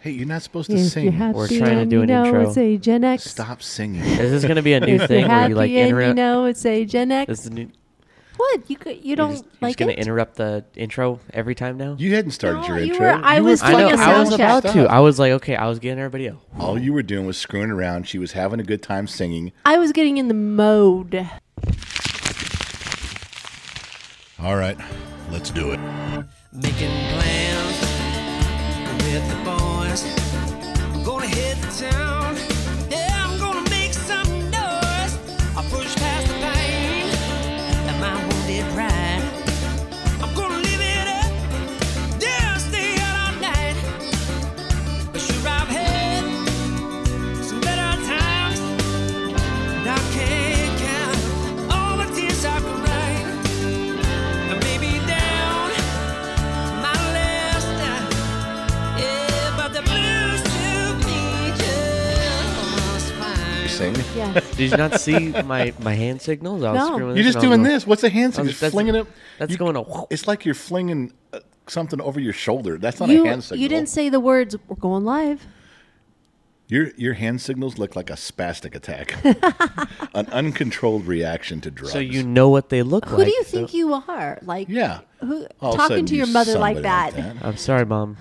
Hey, you're not supposed to If sing. you're happy Or and try- you to do an know intro. it's a Gen X. Stop singing. Is this going to be a new If thing you're where happy you like and you interrupt? know it's a Gen X. is the new, what you could, you you're don't just, you're like just gonna it? interrupt the intro every time now? You hadn't started No, your you intro. were- I was I doing know. a I was sound about check. to. I was like, okay, I was getting everybody out. All you were doing was screwing around. She was having a good time singing. I was getting in the mode. All right, let's do it. Making plans with the boys. I'm gonna hit the town. Yeah, I'm gonna make some noise. I'll push past the pain and my wounded pride. I'm gonna live it up. Yeah, stay out all night. But sure, I've had some better times. And I can't count all the tears I've cried. And maybe down. My last night, yeah, but the blues do me just fine. Sing. Yeah. Did you not see my, my hand signals? I was No. screwing You're this just and I was doing going, this. What's a hand I signal? was- Just that's- flinging it. That's You- going to. It's like you're flinging uh, something over your shoulder. That's not you a hand signal. you didn't say the words. We're going live. Your your hand signals look like a spastic attack, an uncontrolled reaction to drugs. So you know what they look like. Who do you so- think you are? Like yeah. who, All of a talking sudden to you your mother like somebody that. I'm sorry, mom.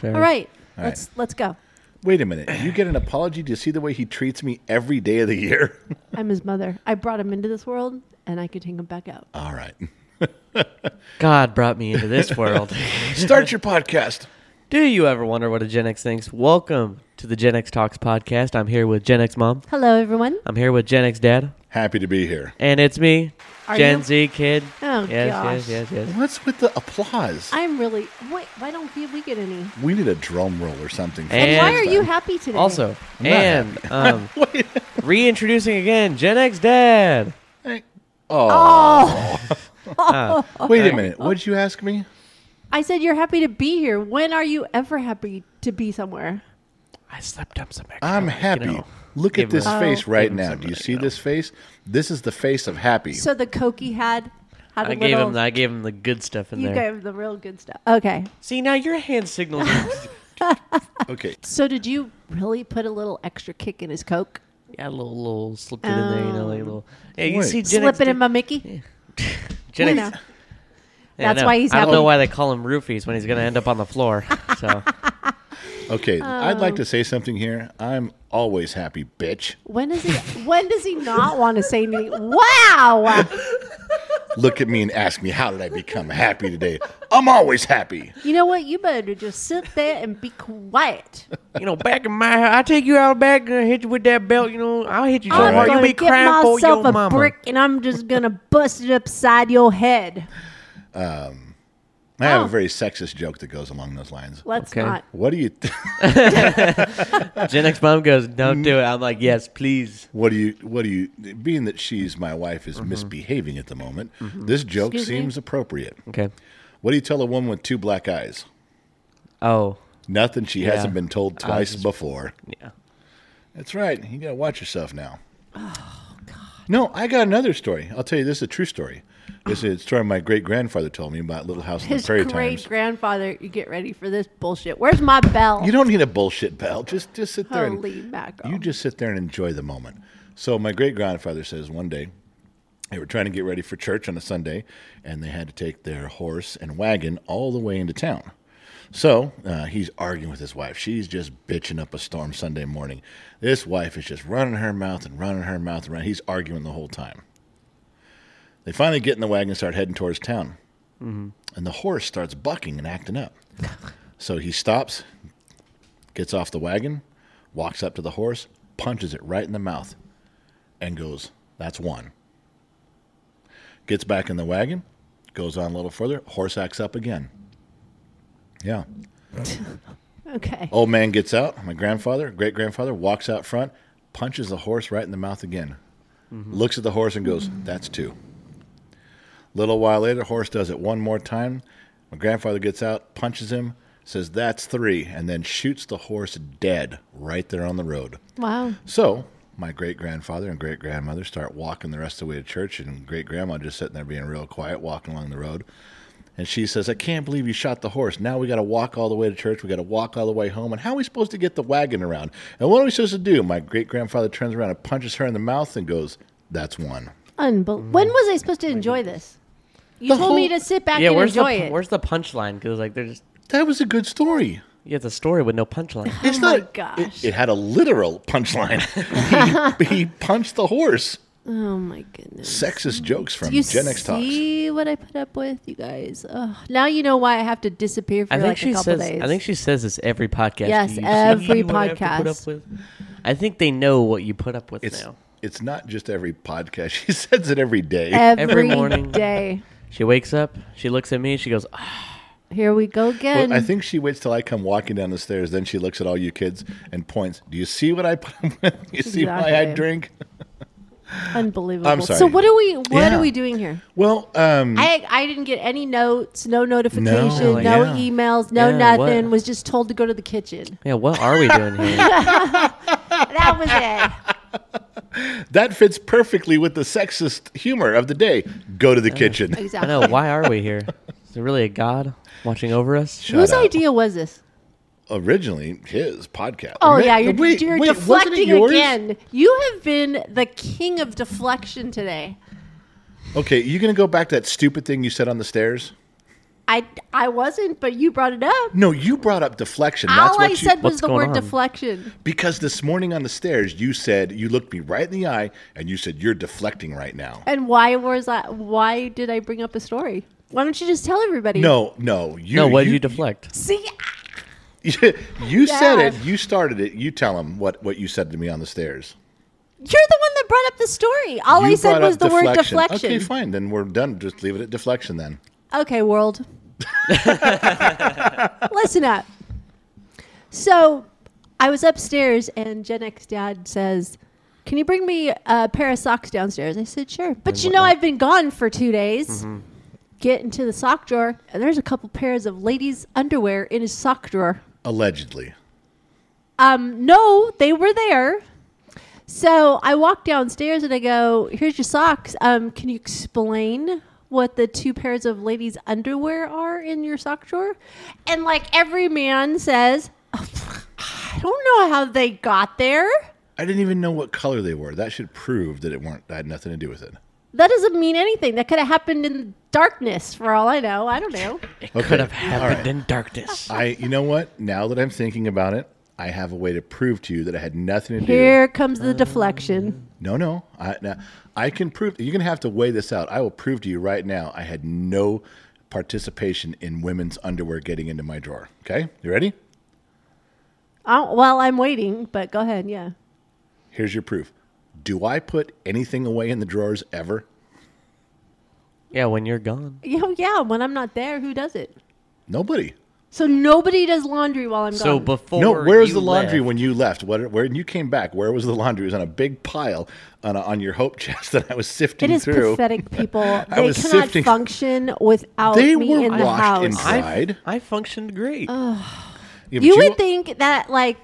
Sorry. All right, All let's let's go. Wait a minute. You get an apology. Do you see the way he treats me every day of the year? I'm his mother. I brought him into this world, and I could take him back out. All right. God brought me into this world. Start your podcast. do you ever wonder what a Gen X thinks? Welcome to the Gen X Talks podcast. I'm here with Gen X mom. Hello, everyone. I'm here with Gen X dad. Happy to be here. And it's me, Are Gen you? Z kid. Oh, yes, gosh. yes, yes, yes. What's with the applause? I'm really. Wait, why don't we, we get any? we need a drum roll or something. for And, And- why are you happy today? Also, I'm not and um, Wait. reintroducing again, Gen X dad. Hey. Oh. Uh, Wait a minute. What did you ask me? I said you're happy to be here. When are you ever happy to be somewhere? I slipped up some extra. I'm you happy. know. Look Give at this him- face right him now. some Do you of that, see you know. this face? This is the face of happy. So the coke he had had a I little. gave him. I gave him the good stuff in you there. gave him the real good stuff. Okay. See now your hand signals. are- okay. So did you really put a little extra kick in his coke? yeah, a little, little slipped it in there. You know, like a little. Yeah, you Wait. see Gen Slip X. it in my Mickey. You Gen X. know. Yeah, I That's know. why he's I don't happy. know why they call him roofies when he's going to end up on the floor. So Okay. I'd like to say something here. I'm always happy, bitch. When does he? when does he not want to say anything? Wow. Look at me and ask me how did I become happy today? I'm always happy. You know what? You better just sit there and be quiet. you know, back in my house, I take you out back and I hit you with that belt. You know, I'll hit you so I'm right. hard gonna you'll be get crying for your myself a mama. brick and I'm just gonna bust it upside your head. I have Oh. a very sexist joke that goes along those lines. Let's Okay. not. What do you Gen X mom goes, "Don't do it." I'm like, "Yes, please." what do you what do you being that she's my wife is misbehaving at the moment, this joke Mm-hmm. Excuse me? seems appropriate. Okay. What do you tell a woman with two black eyes? Oh, Nothing she Yeah. hasn't been told I twice just- before. yeah. That's right. You got to watch yourself now. Oh, No, I got another story. I'll tell you this is a true story. This is a story my great grandfather told me about Little House on the His Prairie great times. grandfather. You get ready for this bullshit. Where's my bell? You don't need a bullshit bell. Just just sit there. Holy and, mackerel. You just sit there and enjoy the moment. So my great grandfather says one day they were trying to get ready for church on a Sunday, and they had to take their horse and wagon all the way into town. So uh, he's arguing with his wife. She's just bitching up a storm Sunday morning. This wife is just running her mouth and running her mouth around. He's arguing the whole time. They finally get in the wagon and start heading towards town. And the horse starts bucking and acting up. So he stops, gets off the wagon, walks up to the horse, punches it right in the mouth, and goes, That's one. Gets back in the wagon, goes on a little further, horse acts up again. Yeah. okay. Old man gets out, my grandfather, great grandfather, walks out front, punches the horse right in the mouth again, looks at the horse and goes, That's two. Little while later, horse does it one more time. My grandfather gets out, punches him, says, That's three, and then shoots the horse dead right there on the road. Wow. So my great grandfather and great grandmother start walking the rest of the way to church, and great grandma just sitting there being real quiet, walking along the road. And she says, I can't believe you shot the horse. Now we got to walk all the way to church. We got to walk all the way home. And how are we supposed to get the wagon around? And what are we supposed to do? My great grandfather turns around and punches her in the mouth and goes, That's one. Unbel- When was I supposed to enjoy this? You The told me whole- to sit back yeah, and where's the enjoy pu- it. where's the punchline? Because like they're just That was a good story. yeah, it's a story with no punchline. It's Oh my not, gosh. It, it had a literal punchline. he, he punched the horse. oh my goodness. Sexist jokes from You Gen X Talks. see what I put up with, you guys. Ugh. Now you know why I have to disappear for I think like she a couple says. days. I think she says this every podcast. Yes, You see every what I have to put podcast. up with? I think they know what you put up with It's, now. it's not just every podcast. She says it every day. every, every morning. day. She wakes up. She looks at me. She goes, "Ah, Here we go again. Well, I think she waits till I come walking down the stairs. Then she looks at all you kids and points. Do you see what I put? Do you see why I Exactly. drink? Unbelievable. I'm sorry. So what are we? What Yeah. are we doing here? Well, um, I I didn't get any notes, no notification, no, No, yeah. emails, no Yeah, what? nothing. Was just told to go to the kitchen. yeah, what are we doing here? That was it. that fits perfectly with the sexist humor of the day. Go to the kitchen. I Exactly. know. Why are we here? Is there really a god watching over us? Shut Whose up. idea was this? Originally, his podcast. Oh Ma- yeah, you're, wait, you're wait, wasn't it deflecting yours? again. You have been the king of deflection today. Okay, you gonna go back to that stupid thing you said on the stairs? I I wasn't, but you brought it up. No, you brought up deflection. That's All what I you, said was What's the going word on? deflection. because this morning on the stairs you said you looked me right in the eye and you said you're deflecting right now. And why was I? Why did I bring up a story? Why don't you just tell everybody? No, no, you. No, what did you deflect? See, you said Yeah. it. You started it. You tell him what, what you said to me on the stairs. you're the one that brought up the story. All I You said brought was up the word deflection. Okay, fine. Then we're done. Just leave it at deflection then. Okay, world. Listen up. So I was upstairs, and Gen X dad says, Can you bring me a pair of socks downstairs? I said, Sure. But you know, I've been gone for two days. Get into the sock drawer, and there's a couple pairs of ladies' underwear in his sock drawer. Allegedly. Um, no, they were there. So I walk downstairs and I go, "Here's your socks. Um, can you explain what the two pairs of ladies' underwear are in your sock drawer?" And like every man says, "I don't know how they got there. I didn't even know what color they were. That should prove that it weren't that had nothing to do with it. That doesn't mean anything. That could have happened in the darkness, for all I know. I don't know." It Okay, could have all happened right. in darkness. I you know what? Now that I'm thinking about it, I have a way to prove to you that it had nothing to do Here comes the deflection. No, no. I now, I can prove you're gonna have to weigh this out. I will prove to you right now I had no participation in women's underwear getting into my drawer. Okay? You ready? Oh, well, I'm waiting, but go ahead. Yeah. Here's your proof. Do I put anything away in the drawers ever? Yeah, when you're gone. Yeah, yeah. When I'm not there, who does it? Nobody. So nobody does laundry while I'm So gone. before no, where was you the laundry left- when you left? What, where when you came back? Where was the laundry? It was on a big pile on a, on your hope chest that I was sifting It is through. pathetic, people. I they cannot was sifting- function without They me were in the washed house. and I- Pride. I functioned great. Yeah, but you would think that, like,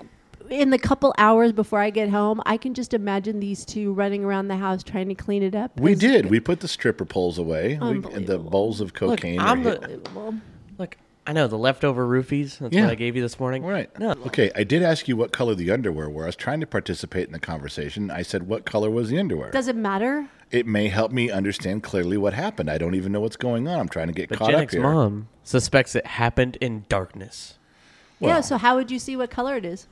in the couple hours before I get home, I can just imagine these two running around the house trying to clean it up. we It's did. We put the stripper poles away. We, and the Unbelievable. bowls of cocaine. I'm were the- hid- unbelievable. Look, I know the leftover roofies. That's Yeah. what I gave you this morning. right. No. Okay. I did ask you what color the underwear were. I was trying to participate in the conversation. I said, "What color was the underwear?" Does it matter? it may help me understand clearly what happened. I don't even know what's going on. I'm trying to get But caught Gen up X here. mom suspects it happened in darkness. yeah. So how would you see what color it is?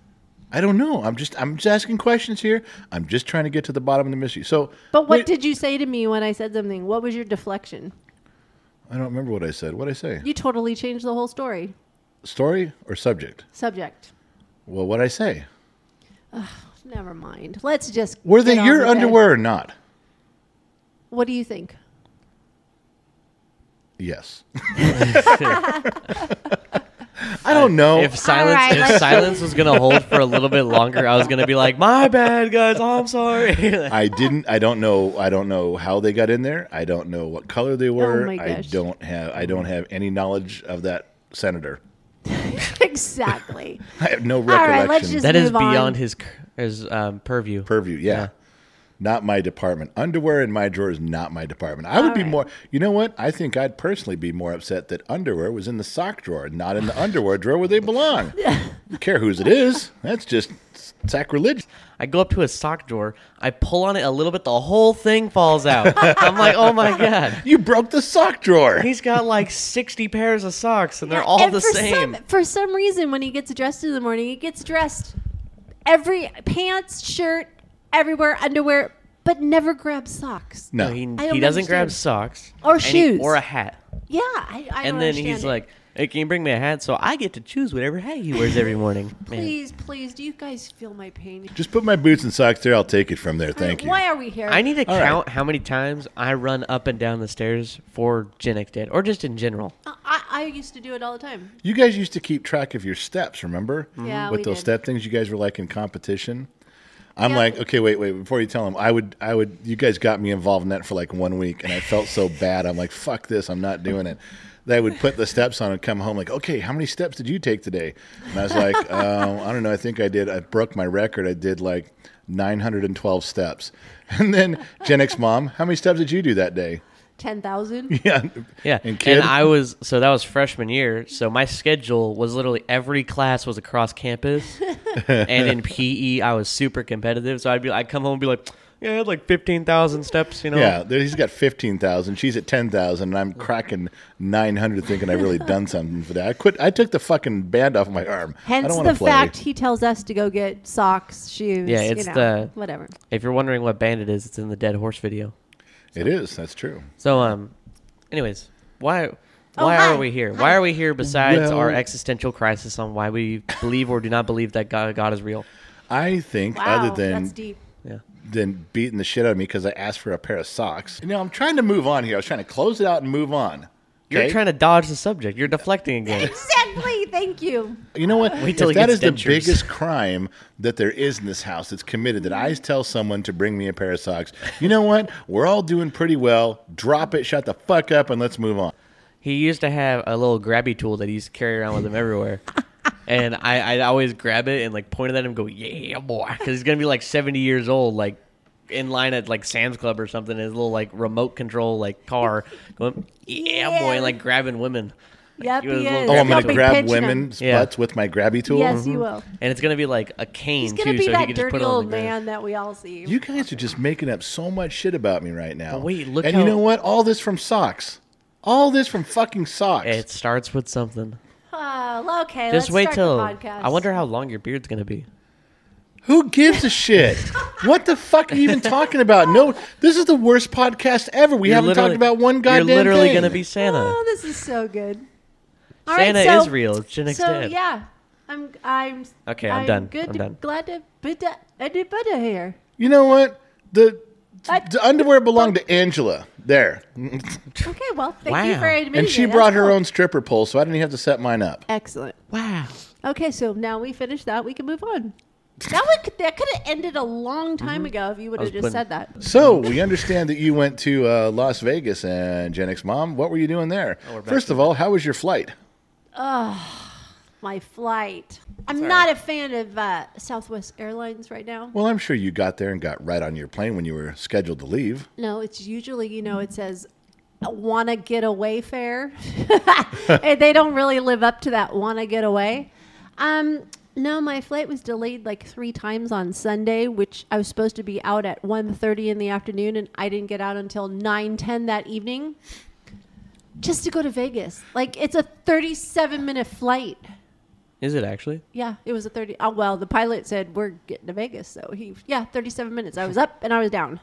I don't know. I'm just I'm just asking questions here. I'm just trying to get to the bottom of the mystery. So, But what wait, did you say to me when I said something? What was your deflection? I don't remember what I said. What I say? You totally changed the whole story. Story or subject? Subject. Well, what I say? Never mind. Let's just. Were they get on your with it. underwear or not? What do you think? Yes. I don't know. If silence, right, if let's- silence was gonna hold for a little bit longer, I was gonna be like, "My bad, guys. I'm sorry." I didn't. I don't know. I don't know how they got in there. I don't know what color they were. Oh my I gosh. don't have. I don't have any knowledge of that senator. exactly. I have no right, recollection. let's just- that is move on. beyond his cur- his um, purview. purview. Yeah. not my department. Underwear in my drawer is not my department. I would be right. more, you know what? I think I'd personally be more upset that underwear was in the sock drawer, not in the underwear drawer where they belong. Don't care whose it is. That's just sacrilege. I go up to a sock drawer. I pull on it a little bit. The whole thing falls out. I'm like, oh my god. You broke the sock drawer. He's got like 60 pairs of socks, and they're Yeah, all and the for same. Some, for some reason, when he gets dressed in the morning, he gets dressed every pants, shirt, everywhere, underwear, but never grabs socks. No. He, he, he don't doesn't grab understand. socks Or and he- shoes. or a hat. Yeah, I, I and don't then understand he's it. like, "Hey, can you bring me a hat?" So I get to choose whatever hat he wears every morning. Man. "Please, please, do you guys feel my pain? just put my boots and socks there. I'll take it from there. Thank you. Why are we here? I need to All right. count how many times I run up and down the stairs for Gen X Dad, or just in general. Uh, I, I used to do it all the time. You guys used to keep track of your steps, remember? Yeah, With we those did. step things, you guys were like in competition. I'm Yeah. like, okay, wait, wait. Before you tell him, I would, I would. You guys got me involved in that for like one week, and I felt so bad. I'm like, fuck this, I'm not doing it. They would put the steps on and come home like, okay, how many steps did you take today? And I was like, um, I don't know. I think I did. I broke my record. I did like 912 steps. And then Gen X mom, how many steps did you do that day? Ten thousand. Yeah, Yeah, And kid, I was so that was freshman year. So my schedule was literally every class was across campus, and in PE I was super competitive. So I'd be, I'd come home and be like, "Yeah, I had like fifteen thousand steps," you Oh. know. Yeah, there, he's got fifteen thousand. She's at ten thousand, and I'm cracking nine hundred, thinking I've really done something for that. I quit. I took the fucking band off my arm. I Hence don't wanna the play. fact he tells us to go get socks, shoes. Yeah, you it's know, the- whatever. If you're wondering what band it is, it's in the Dead Horse video. it is. That's true. So um, anyways, why Oh, why hi. are we here? Why are we here besides Well- our existential crisis on why we believe or do not believe that God, God is real? I think Wow, other that's than deep. Yeah. than beating the shit out of me because I asked for a pair of socks. You know, I'm trying to move on here. I was trying to close it out and move on. You're okay? trying to dodge the subject. You're deflecting again. Exactly. Thank you. You know what? till if he that is gets the dentures. biggest crime that there is in this house that's committed, that I tell someone to bring me a pair of socks, you know what? We're all doing pretty well. Drop it, shut the fuck up, and let's move on. He used to have a little grabby tool that he used to carry around with him everywhere. And I, I'd always grab it and like point it at him and go, yeah, boy. Because he's going to be like 70 years old, like in line at like Sam's Club or something, his little like remote control like car going, yeah, boy, and like grabbing women. Yep, he was he a little is. Oh, Oh, That's I'm how gonna big grab Pinching him. women's Yeah. butts with my grabby tool. Mm-hmm. Yes, you will. And it's going to be like a cane, He's too. gonna be so he that can just put dirty it on old the ground. man that we all see. You guys are just making up so much shit about me right now. wait, look And how- you know what? All this from socks. All this from fucking socks. It starts with something. oh, okay. Just let's wait start till. the podcast. I wonder how long your beard's going to be. Who gives a shit? what the fuck are you even talking about? No, this is the worst podcast ever. We You're haven't talked literally- about one goddamn You're literally thing. to be Santa. Oh, this is so good. All right, Santa so- is real. It's Gen X So Dad. yeah, I'm. I'm. Okay, I'm done. Good. I'm to- done. Glad to be da- I did better here. You know what? The I- the underwear belonged to Angela. There. Okay, well, thank you Wow. for admitting And she it. brought That's her cool. own stripper pole, so I didn't even have to set mine up. Excellent. Wow. Okay, so now we finished that. We can move on. That would that could have ended a long time ago if you would Mm-hmm. have just was putting- said that. So we understand that you went to uh, Las Vegas and Gen X mom. What were you doing there? First of all, how was your flight? My flight. I'm not a fan of uh, Southwest Airlines right now. Well, I'm sure you got there and got right on your plane when you were scheduled to leave. No, it's usually you know it says want to get away fare. And they don't really live up to that want to get away. Um, no, my flight was delayed like three times on Sunday, which I was supposed to be out at 1.30 in the afternoon, and I didn't get out until 9.10 that evening just to go to Vegas. Like, it's a 37-minute flight. Is it actually? Yeah, it was a 30. Oh, well, the pilot said, we're getting to Vegas. So he, yeah, 37 minutes. I was up and I was down.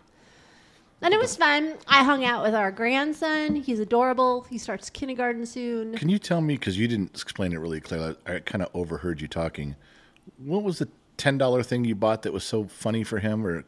And it was fun. I hung out with our grandson. He's adorable. He starts kindergarten soon. Can you tell me, because you didn't explain it really clearly, I, I kind of overheard you talking. What was the $10 thing you bought that was so funny for him or he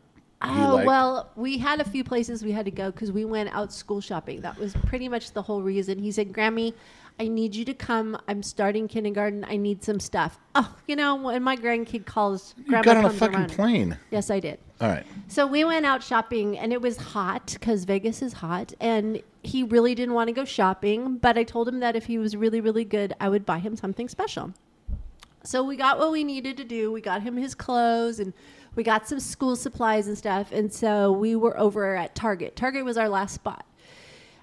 Oh, liked? well, we had a few places we had to go because we went out school shopping. That was pretty much the whole reason. He said, Grammy, I need you to come. I'm starting kindergarten. I need some stuff. Oh, you know, when my grandkid calls, You Grandma got on a comes fucking around. plane. Yes, I did. All right. So we went out shopping and it was hot because Vegas is hot. And he really didn't want to go shopping. But I told him that if he was really, really good, I would buy him something special. So we got what we needed to do. We got him his clothes and we got some school supplies and stuff. And so we were over at Target. Target was our last spot.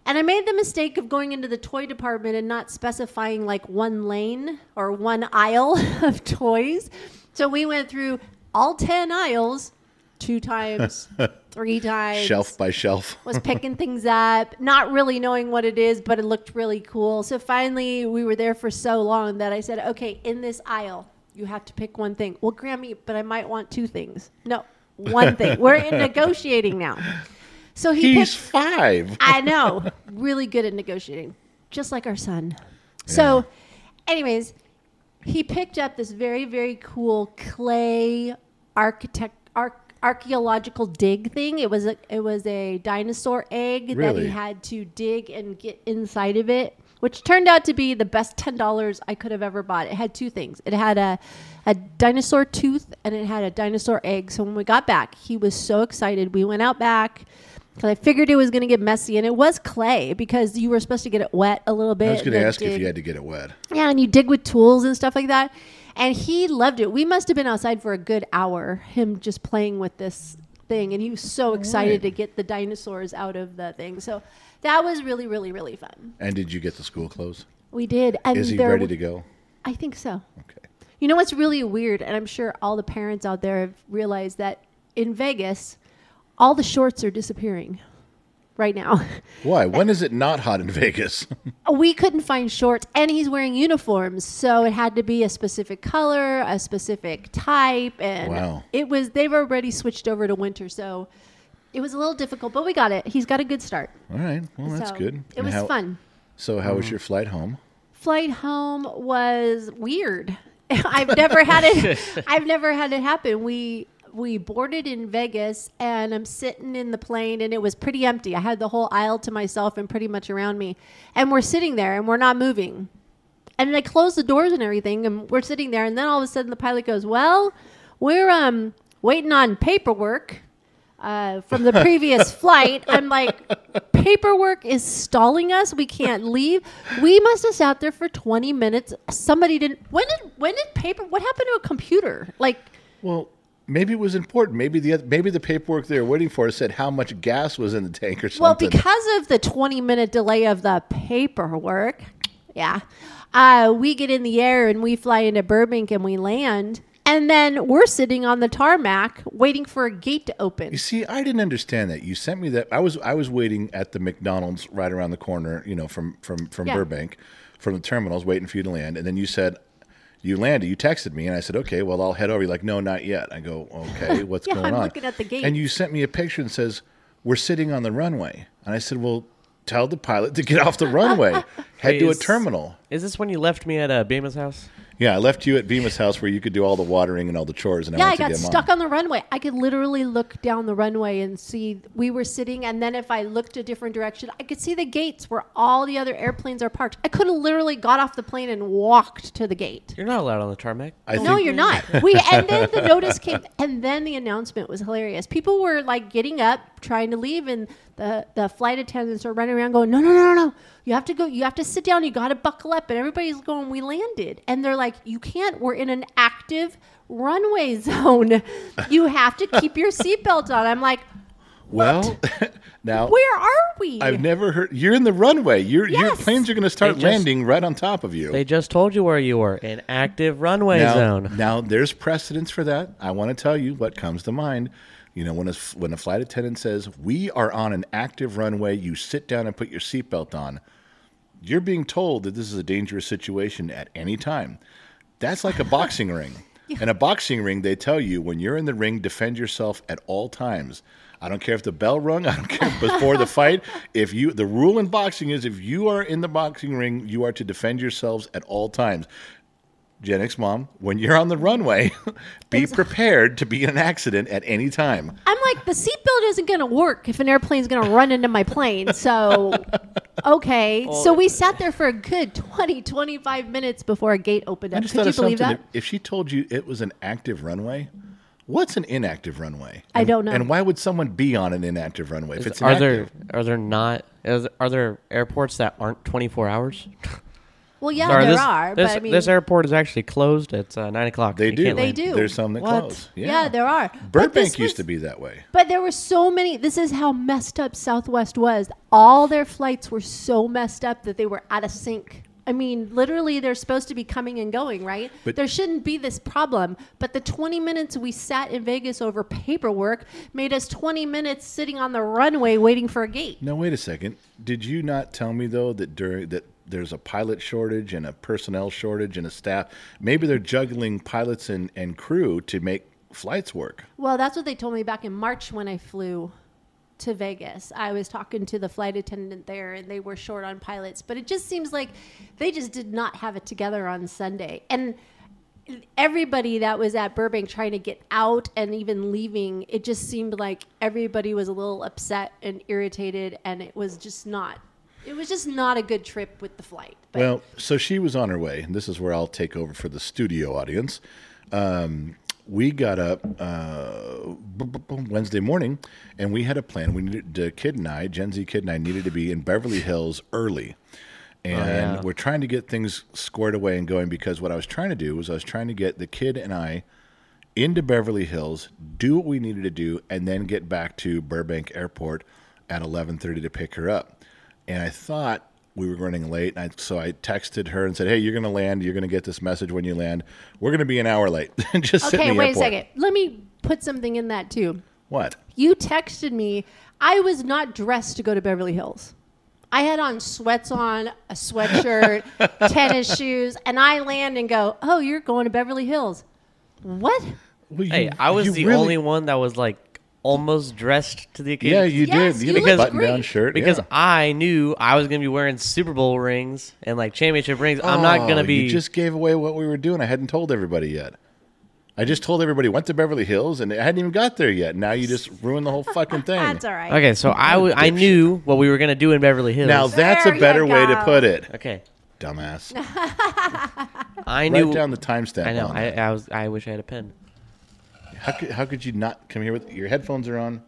And I made the mistake of going into the toy department and not specifying like one lane or one aisle of toys. So we went through all 10 aisles two times, three times shelf by shelf. was picking things up, not really knowing what it is, but it looked really cool. So finally, we were there for so long that I said, okay, in this aisle, you have to pick one thing. Well, Grammy, but I might want two things. No, one thing. We're in negotiating now. So he He's picked, five. I know, really good at negotiating, just like our son. So, anyways, he picked up this very, very cool clay architect arch, archaeological dig thing. It was a it was a dinosaur egg that he Really? had to dig and get inside of it, which turned out to be the best ten dollars I could have ever bought. It had two things. It had a a dinosaur tooth and it had a dinosaur egg. So when we got back, he was so excited. We went out back because I figured it was going to get messy, and it was clay because you were supposed to get it wet a little bit. I was going to ask you if you had to get it wet. yeah, and you dig with tools and stuff like that. And he loved it. We must have been outside for a good hour, him just playing with this thing. And he was so Right. excited to get the dinosaurs out of the thing. So that was really, really, really fun. And did you get the school clothes? We did. And Is he Mm, there ready w- to go? I think so. Okay. You know what's really weird, and I'm sure all the parents out there have realized that in Vegas, all the shorts are disappearing right now. Why? When is it not hot in Vegas? we couldn't find shorts and he's wearing uniforms so it had to be a specific color a specific type and Wow. it was they've already switched over to winter so it was a little difficult but we got it he's got a good start All right. Well, that's so good. it And was how- fun So, how was your flight home? flight home was weird i've never had it i've never had it happen we we boarded in Vegas and I'm sitting in the plane and it was pretty empty. I had the whole aisle to myself and pretty much around me. And we're sitting there and we're not moving. and they closed the doors and everything and we're sitting there and then all of a sudden the pilot goes well we're um waiting on paperwork uh, from the previous flight i'm like paperwork is stalling us we can't leave we must have sat there for 20 minutes somebody didn't when did when did paper what happened to a computer like Well, maybe it was important. Maybe the oth- maybe the paperwork they were waiting for said how much gas was in the tank or well something. because of the 20 minute delay of the paperwork yeah uh, we get in the air and we fly into burbank and we land and then we're sitting on the tarmac waiting for a gate to open you see, I didn't understand that. You sent me that. I was I was waiting at the McDonald's right around the corner, you know, from from from Yeah. Burbank, from the terminals, waiting for you to land. And then you said you landed. You texted me, and I said, "Okay, well, I'll head over." You're like, "No, not yet." I go, "Okay, what's Yeah, going I'm on?" looking at the gate. And you sent me a picture and says, "We're sitting on the runway." And I said, "Well, tell the pilot to get off the runway, head to a Is- terminal." Is this when you left me at uh, Bama's house? Yeah, I left you at Bima's house where you could do all the watering and all the chores, and I yeah i went to got get mom. stuck on the runway i could literally look down the runway and see we were sitting and then if i looked a different direction i could see the gates where all the other airplanes are parked i could have literally got off the plane and walked to the gate You're not allowed on the tarmac. I no, think- you're not. We and then the notice came, and then the announcement was hilarious. People were like getting up, trying to leave, and the the flight attendants are running around going, "No, no, no, no, no! You have to go. You have to sit down. You got to buckle up." And everybody's going, "We landed," and they're like, "You can't. We're in an active runway zone. You have to keep your seatbelt on." I'm like, Well, now "Where are we?" I've never heard. You're in the runway. Your your Yes. planes are going to start just- landing right on top of you. They just told you where you were. An active runway now, zone. now there's precedence for that. I want to tell you what comes to mind. You know, when a, f- when a flight attendant says, "We are on an active runway," you sit down and put your seatbelt on. You're being told that this is a dangerous situation at any time. That's like a boxing ring. In a boxing ring, they tell you when you're in the ring, defend yourself at all times. I don't care if the bell rung. I don't care if before the fight. If you, the rule in boxing is if you are in the boxing ring, you are to defend yourselves at all times. Gen X mom, when you're on the runway, be prepared to be in an accident at any time. I'm like, the seatbelt isn't going to work if an airplane's going to run into my plane. So, okay. so we sat there for a good 20, 25 minutes before a gate opened I up. just Could thought you of something. believe that? If she told you it was an active runway, what's an inactive runway? I And- don't know. And why would someone be on an inactive runway if it's are inactive? there are there not is, are there airports that aren't 24 hours? Well, yeah, Sorry, there this, are, This, but I mean, this airport is actually closed. It's uh, nine o'clock. They You do. can't They land. do. There's some that What? close. yeah. there are. But this Burbank used was- to be that way. But there were so many. This is how messed up Southwest was. All their flights were so messed up that they were out of sync. I mean, literally, they're supposed to be coming and going, right? But- there shouldn't be this problem. But the 20 minutes we sat in Vegas over paperwork made us 20 minutes sitting on the runway waiting for a gate. Now wait a second. Did you not tell me though that during that there's a pilot shortage and a personnel shortage and a staff? Maybe they're juggling pilots and, and crew to make flights work. Well, that's what they told me back in March when I flew to Vegas. I was talking to the flight attendant there and they were short on pilots, but it just seems like they just did not have it together on Sunday. And everybody that was at Burbank trying to get out and even leaving, it just seemed like everybody was a little upset and irritated and it was just not it was just not a good trip with the flight. But Well, so she was on her way, and this is where I'll take over for the studio audience. Um, we got up uh, b- b- b- Wednesday morning, and we had a plan. We needed the kid and I, Gen Z kid and I, needed to be in Beverly Hills early, and yeah. we're trying to get things squared away and going because what I was trying to do was I was trying to get the kid and I into Beverly Hills, do what we needed to do, and then get back to Burbank Airport at 11:30 to pick her up. And I thought we were running late, and I, so I texted her and said, "Hey, you're going to land. You're going to get this message when you land. We're going to be an hour late." And just sit in okay, the wait airport. a second. Let me put something in that too. What? You texted me. I was not dressed to go to Beverly Hills. I had on sweats on, a sweatshirt, tennis shoes, and I land and go, "Oh, you're going to Beverly Hills." What? Well, you- Hey, I was you the really- only one that was like almost dressed to the occasion. Yeah, you Yes, did. you You had a looked button-down great. shirt because yeah. I knew I was gonna be wearing Super Bowl rings and like championship rings. I'm not Oh, gonna be. You just gave away what we were doing. I hadn't told everybody yet. I just told everybody went to Beverly Hills, and I hadn't even got there yet. Now you just ruined the whole fucking thing. That's all right. okay, so I w- I knew what we were gonna do in Beverly Hills. Now that's There a you better way to go. put it, okay, dumbass. I knew. Write down the timestamp. I know. on I, that. I was. I wish I had a pen. how, could, how could you not come here with your headphones are on?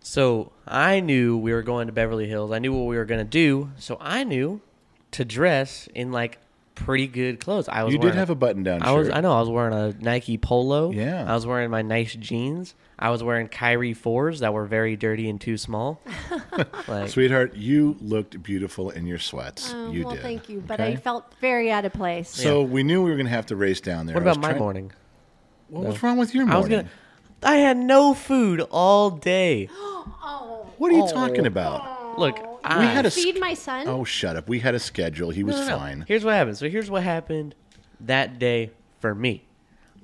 So I knew we were going to Beverly Hills. I knew what we were gonna do. So I knew to dress in like pretty good clothes. I was. You did wearing have a button-down I was. shirt. I know. I was wearing a Nike polo. Yeah. I was wearing my nice jeans. I was wearing Kyrie fours that were very dirty and too small. like, Sweetheart, you looked beautiful in your sweats. Oh, you well, did. thank you, but I okay? felt very out of place. So we knew we were going to have to race down there. What I was about my trying- morning? Uh, What was wrong with your I morning? was gonna. I had no food all day. What are you Oh. talking about? Look, I, We had a Oh. Feed sch- my son. Oh, shut up. We had a schedule. He was No, no, no. fine. Here's what happened. So here's what happened that day for me.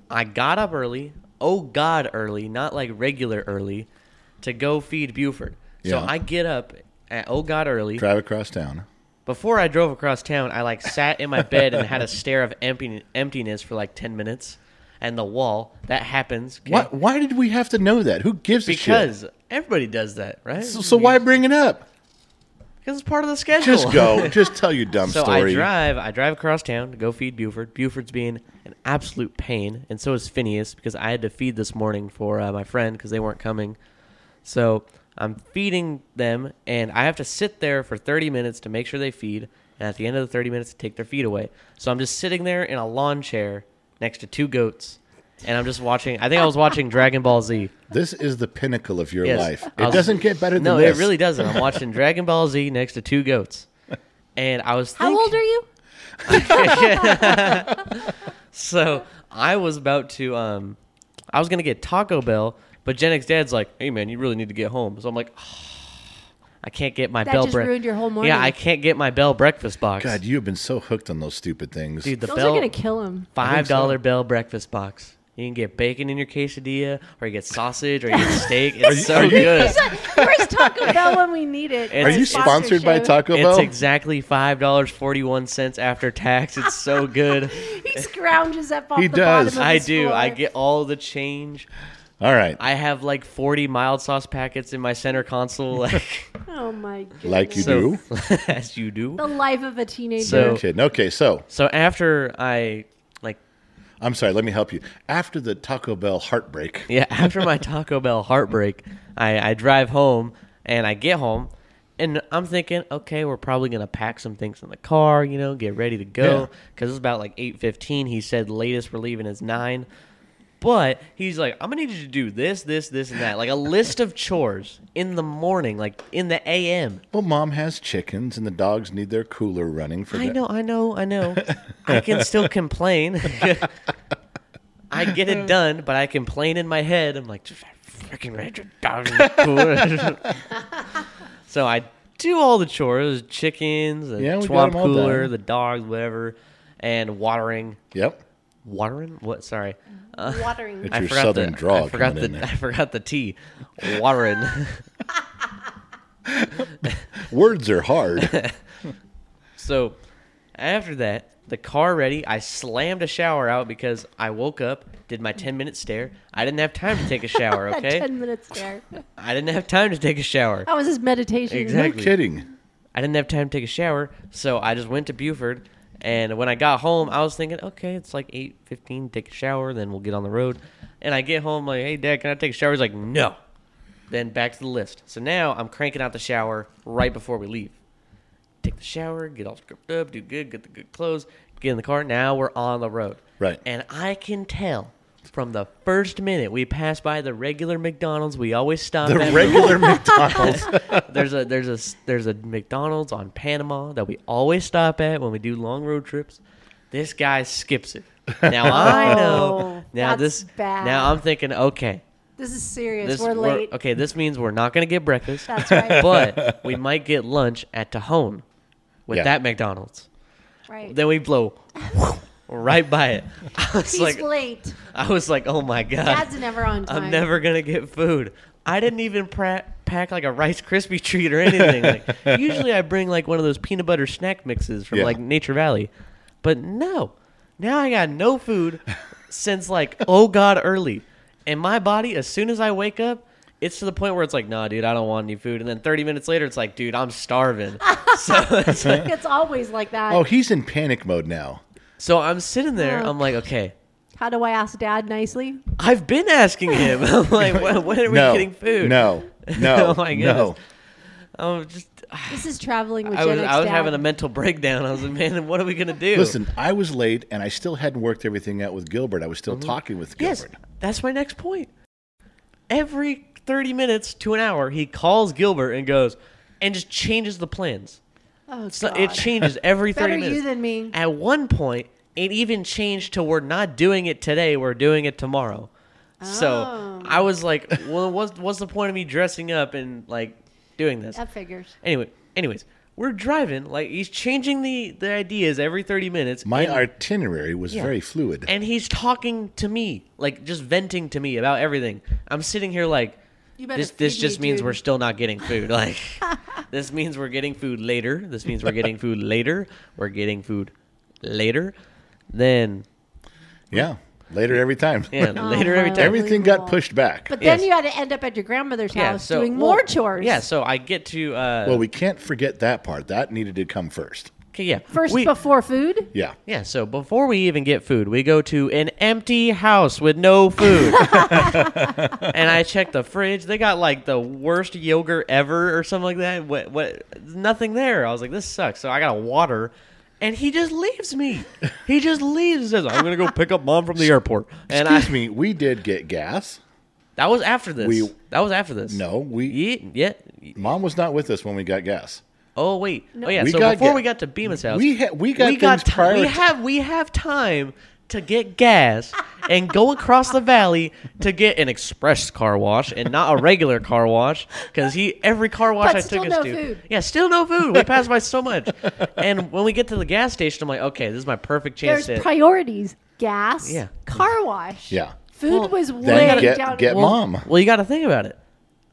I got up early, oh god early, not like regular early, to go feed Buford. Yeah. So I get up at oh god early. Drive across town. Before I drove across town, I like sat in my bed and had a stare of empty- emptiness for like 10 minutes and the wall. That happens. okay? Why, why did we have to know that? Who gives a shit? Because everybody does that, right? So, so why bring it up? Because it's part of the schedule. Just go. Just tell your dumb So story. I drive, I drive across town to go feed Buford. Buford's being an absolute pain, and so is Phineas because I had to feed this morning for uh, my friend because they weren't coming. So I'm feeding them, and I have to sit there for 30 minutes to make sure they feed, and at the end of the 30 minutes, take their feet away. So I'm just sitting there in a lawn chair next to two goats, and I'm just watching. I think I was watching Dragon Ball Z. This is the pinnacle of your Yes. life. I It was- doesn't get better than No, this. it really doesn't. I'm watching Dragon Ball Z next to two goats, and I was. How thinking, old are you? So I was about to, um, I was gonna get Taco Bell, but Gen X Dad's like, "Hey man, you really need to get home." So I'm like, "Ah, "I can't get my That Bell just break- ruined your whole morning. Yeah, I can't get my Bell breakfast box. God, you have been so hooked on those stupid things. dude, the Those Bell are gonna kill him. five dollar Bell breakfast box. You can get bacon in your quesadilla, or you get sausage, or you get steak. It's so good. Where's Taco Bell when we need it? Are It's- you sponsored by Sponsorship. Taco It's Bell? exactly five dollars forty one cents after tax. It's so good. He scrounges up off He the does. bottom of I his do. I floor. get all the change. All right. I have like 40 mild sauce packets in my center console, like Oh my goodness. Like you so, do. as you do. The life of a teenager. So- Kidding. Okay, so So after I, like, I'm sorry. Let me help you. After the Taco Bell heartbreak, yeah, after my Taco Bell heartbreak, I, I drive home and I get home And I'm thinking, okay, we're probably gonna pack some things in the car, you know, get ready to Yeah. go, because it's about like eight fifteen. He said latest we're leaving is nine, but he's like, I'm gonna need you to do this, this, this, and that, like a list of chores in the morning, like in the a.m. Well, mom has chickens, and the dogs need their cooler running for. I the- know, I know, I know. I can still complain. I get it done, but I complain in my head. I'm like, just freaking Richard Dawson. so I do all the chores: chickens, the Yeah, we got swamp 'em all cooler, done. the dogs, whatever, and watering. Yep. Watering? What? Sorry, Watering. It's your southern draw I forgot coming in the there. I forgot the T. Watering. Words are hard. So after that, the car ready, I slammed a shower out because I woke up, did my 10 minute stare. I didn't have time to take a shower, That okay? ten minutes there. I didn't have time to take a shower. That was his meditation. no Exactly. kidding. I didn't have time to take a shower, so I just went to Buford. And when I got home, I was thinking, okay, it's like 8:15, take a shower, then we'll get on the road. And I get home like, "Hey dad, can I take a shower?" He's like, "No." Then back to the list. So now I'm cranking out the shower right before we leave. Take the shower, get all scrubbed up, do good, get the good clothes, get in the car. Now we're on the road. Right. And I can tell from the first minute we passed by the regular McDonald's we always stop The at regular McDonald's. there's a there's a there's a McDonald's on Panama that we always stop at when we do long road trips. This guy skips it. Now I know. Oh, Now that's this. bad. Now I'm thinking, okay, This is serious. this we're late. okay. This means we're not gonna get breakfast, That's right. but we might get lunch at Tahone with Yeah. that McDonald's. right. Then we blow right by it. I was He's like, late. I was like, oh my god. Dad's never on time. I'm never gonna get food. I didn't even pra- pack like a Rice Krispie treat or anything. Like, usually, I bring like one of those peanut butter snack mixes from Yeah. like Nature Valley, but no. Now I got no food since like oh god early, and my body as soon as I wake up, it's to the point where it's like, nah, dude, I don't want any food. And then 30 minutes later, it's like, dude, I'm starving. so it's like, It's always like that. Oh, he's in panic mode now. so I'm sitting there. Oh. I'm like, okay, How do I ask Dad nicely? I've been asking him. I'm like, when, when are we no, getting food? No, no, Oh my no. goodness. I'm just This is traveling with I was, Gen X I was Dad. having a mental breakdown. I was like, man, what are we going to do? Listen, I was late, and I still hadn't worked everything out with Gilbert. I was still Mm-hmm. talking with yes, Gilbert. that's my next point. Every 30 minutes to an hour, he calls Gilbert and goes, and just changes the plans. Oh, So God. it changes every 30 Better minutes. you than me. At one point, it even changed to we're not doing it today, we're doing it tomorrow. So Oh. I was like, well, what's, what's the point of me dressing up and like doing this? That figures. Anyway, anyways, we're driving. Like he's changing the the ideas every thirty minutes. My and, itinerary was Yeah. very fluid. and he's talking to me, like just venting to me about everything. I'm sitting here like, You better this this feed me, just means dude. we're still not getting food. Like this means we're getting food later. This means we're getting food later. We're getting food later. Then yeah, later every time. yeah, later every my time. everything got pushed back. But then Yes. you had to end up at your grandmother's yeah, house so- doing well, more chores. Yeah, so I get to uh, well, we can't forget that part. That needed to come first. okay, yeah. First we, before food. Yeah. Yeah, so before we even get food, we go to an empty house with no food. and I check the fridge. They got like the worst yogurt ever or something like that. What what nothing there. I was like, this sucks. So I got a water and he just leaves me. He just leaves. Says, I'm gonna go pick up mom from the airport. And I Excuse me, we did get gas. that was after this. We- that was after this. No, we. Yeah, yeah. Mom was not with us when we got gas. Oh wait. Oh yeah. We so got before ga- we got to Bemis house, we ha- we got things ti- prior we to- have we have time to get gas and go across the valley to get an express car wash and not a regular car wash because he every car wash But I still took no us to food. yeah still no food we passed by so much and when we get to the gas station I'm like okay this is my perfect chance There's to priorities. Gas. Yeah. Car wash. Yeah. Food Well, was way Then down. get, get well, mom. Well, you got to think about it.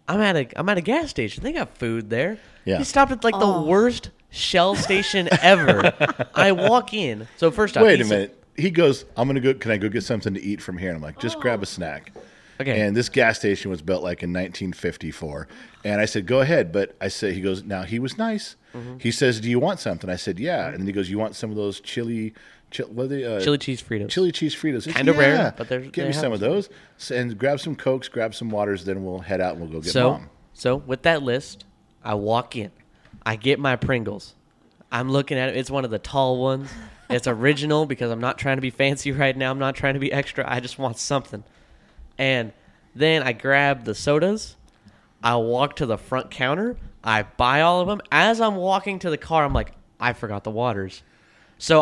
I'm at a I'm at a gas station. They got food there. Yeah. He stopped at like the worst Shell station ever. I walk in. So first off, Wait a he's- minute. He goes, I'm going to go. Can I go get something to eat from here? And I'm like, just grab a snack. Oh. Okay. And this gas station was built like in 1954. And I said, go ahead. But I said, he goes, now he was nice. Mm-hmm. He says, do you want something? I said, yeah. And then he goes, you want some of those chili, chi- what are they, uh, chili cheese Fritos. chili cheese Fritos? I said, Kinda rare, "Yeah. but they're- give they me have some of them." those S- and grab some cokes, grab some waters. Then we'll head out and we'll go get so mom. so with that list, I walk in. I get my Pringles. I'm looking at it. It's one of the tall ones. It's original because I'm not trying to be fancy right now. I'm not trying to be extra. I just want something. And then I grab the sodas. I walk to the front counter. I buy all of them. As I'm walking to the car, I'm like, I forgot the waters. So